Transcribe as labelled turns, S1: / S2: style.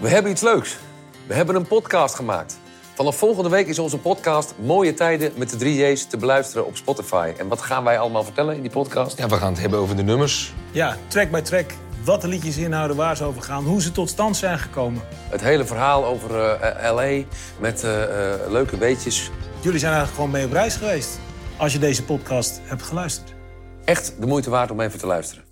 S1: We hebben iets leuks. We hebben een podcast gemaakt. Vanaf volgende week is onze podcast Mooie Tijden met de 3J's te beluisteren op Spotify. En wat gaan wij allemaal vertellen in die podcast?
S2: Ja, we gaan het hebben over de nummers.
S3: Ja, track bij track. Wat de liedjes inhouden, waar ze over gaan, hoe ze tot stand zijn gekomen.
S1: Het hele verhaal over eh, LA met eh, eh, leuke weetjes.
S3: Jullie zijn eigenlijk gewoon mee op reis geweest. Als je deze podcast hebt geluisterd.
S1: Echt de moeite waard om even te luisteren.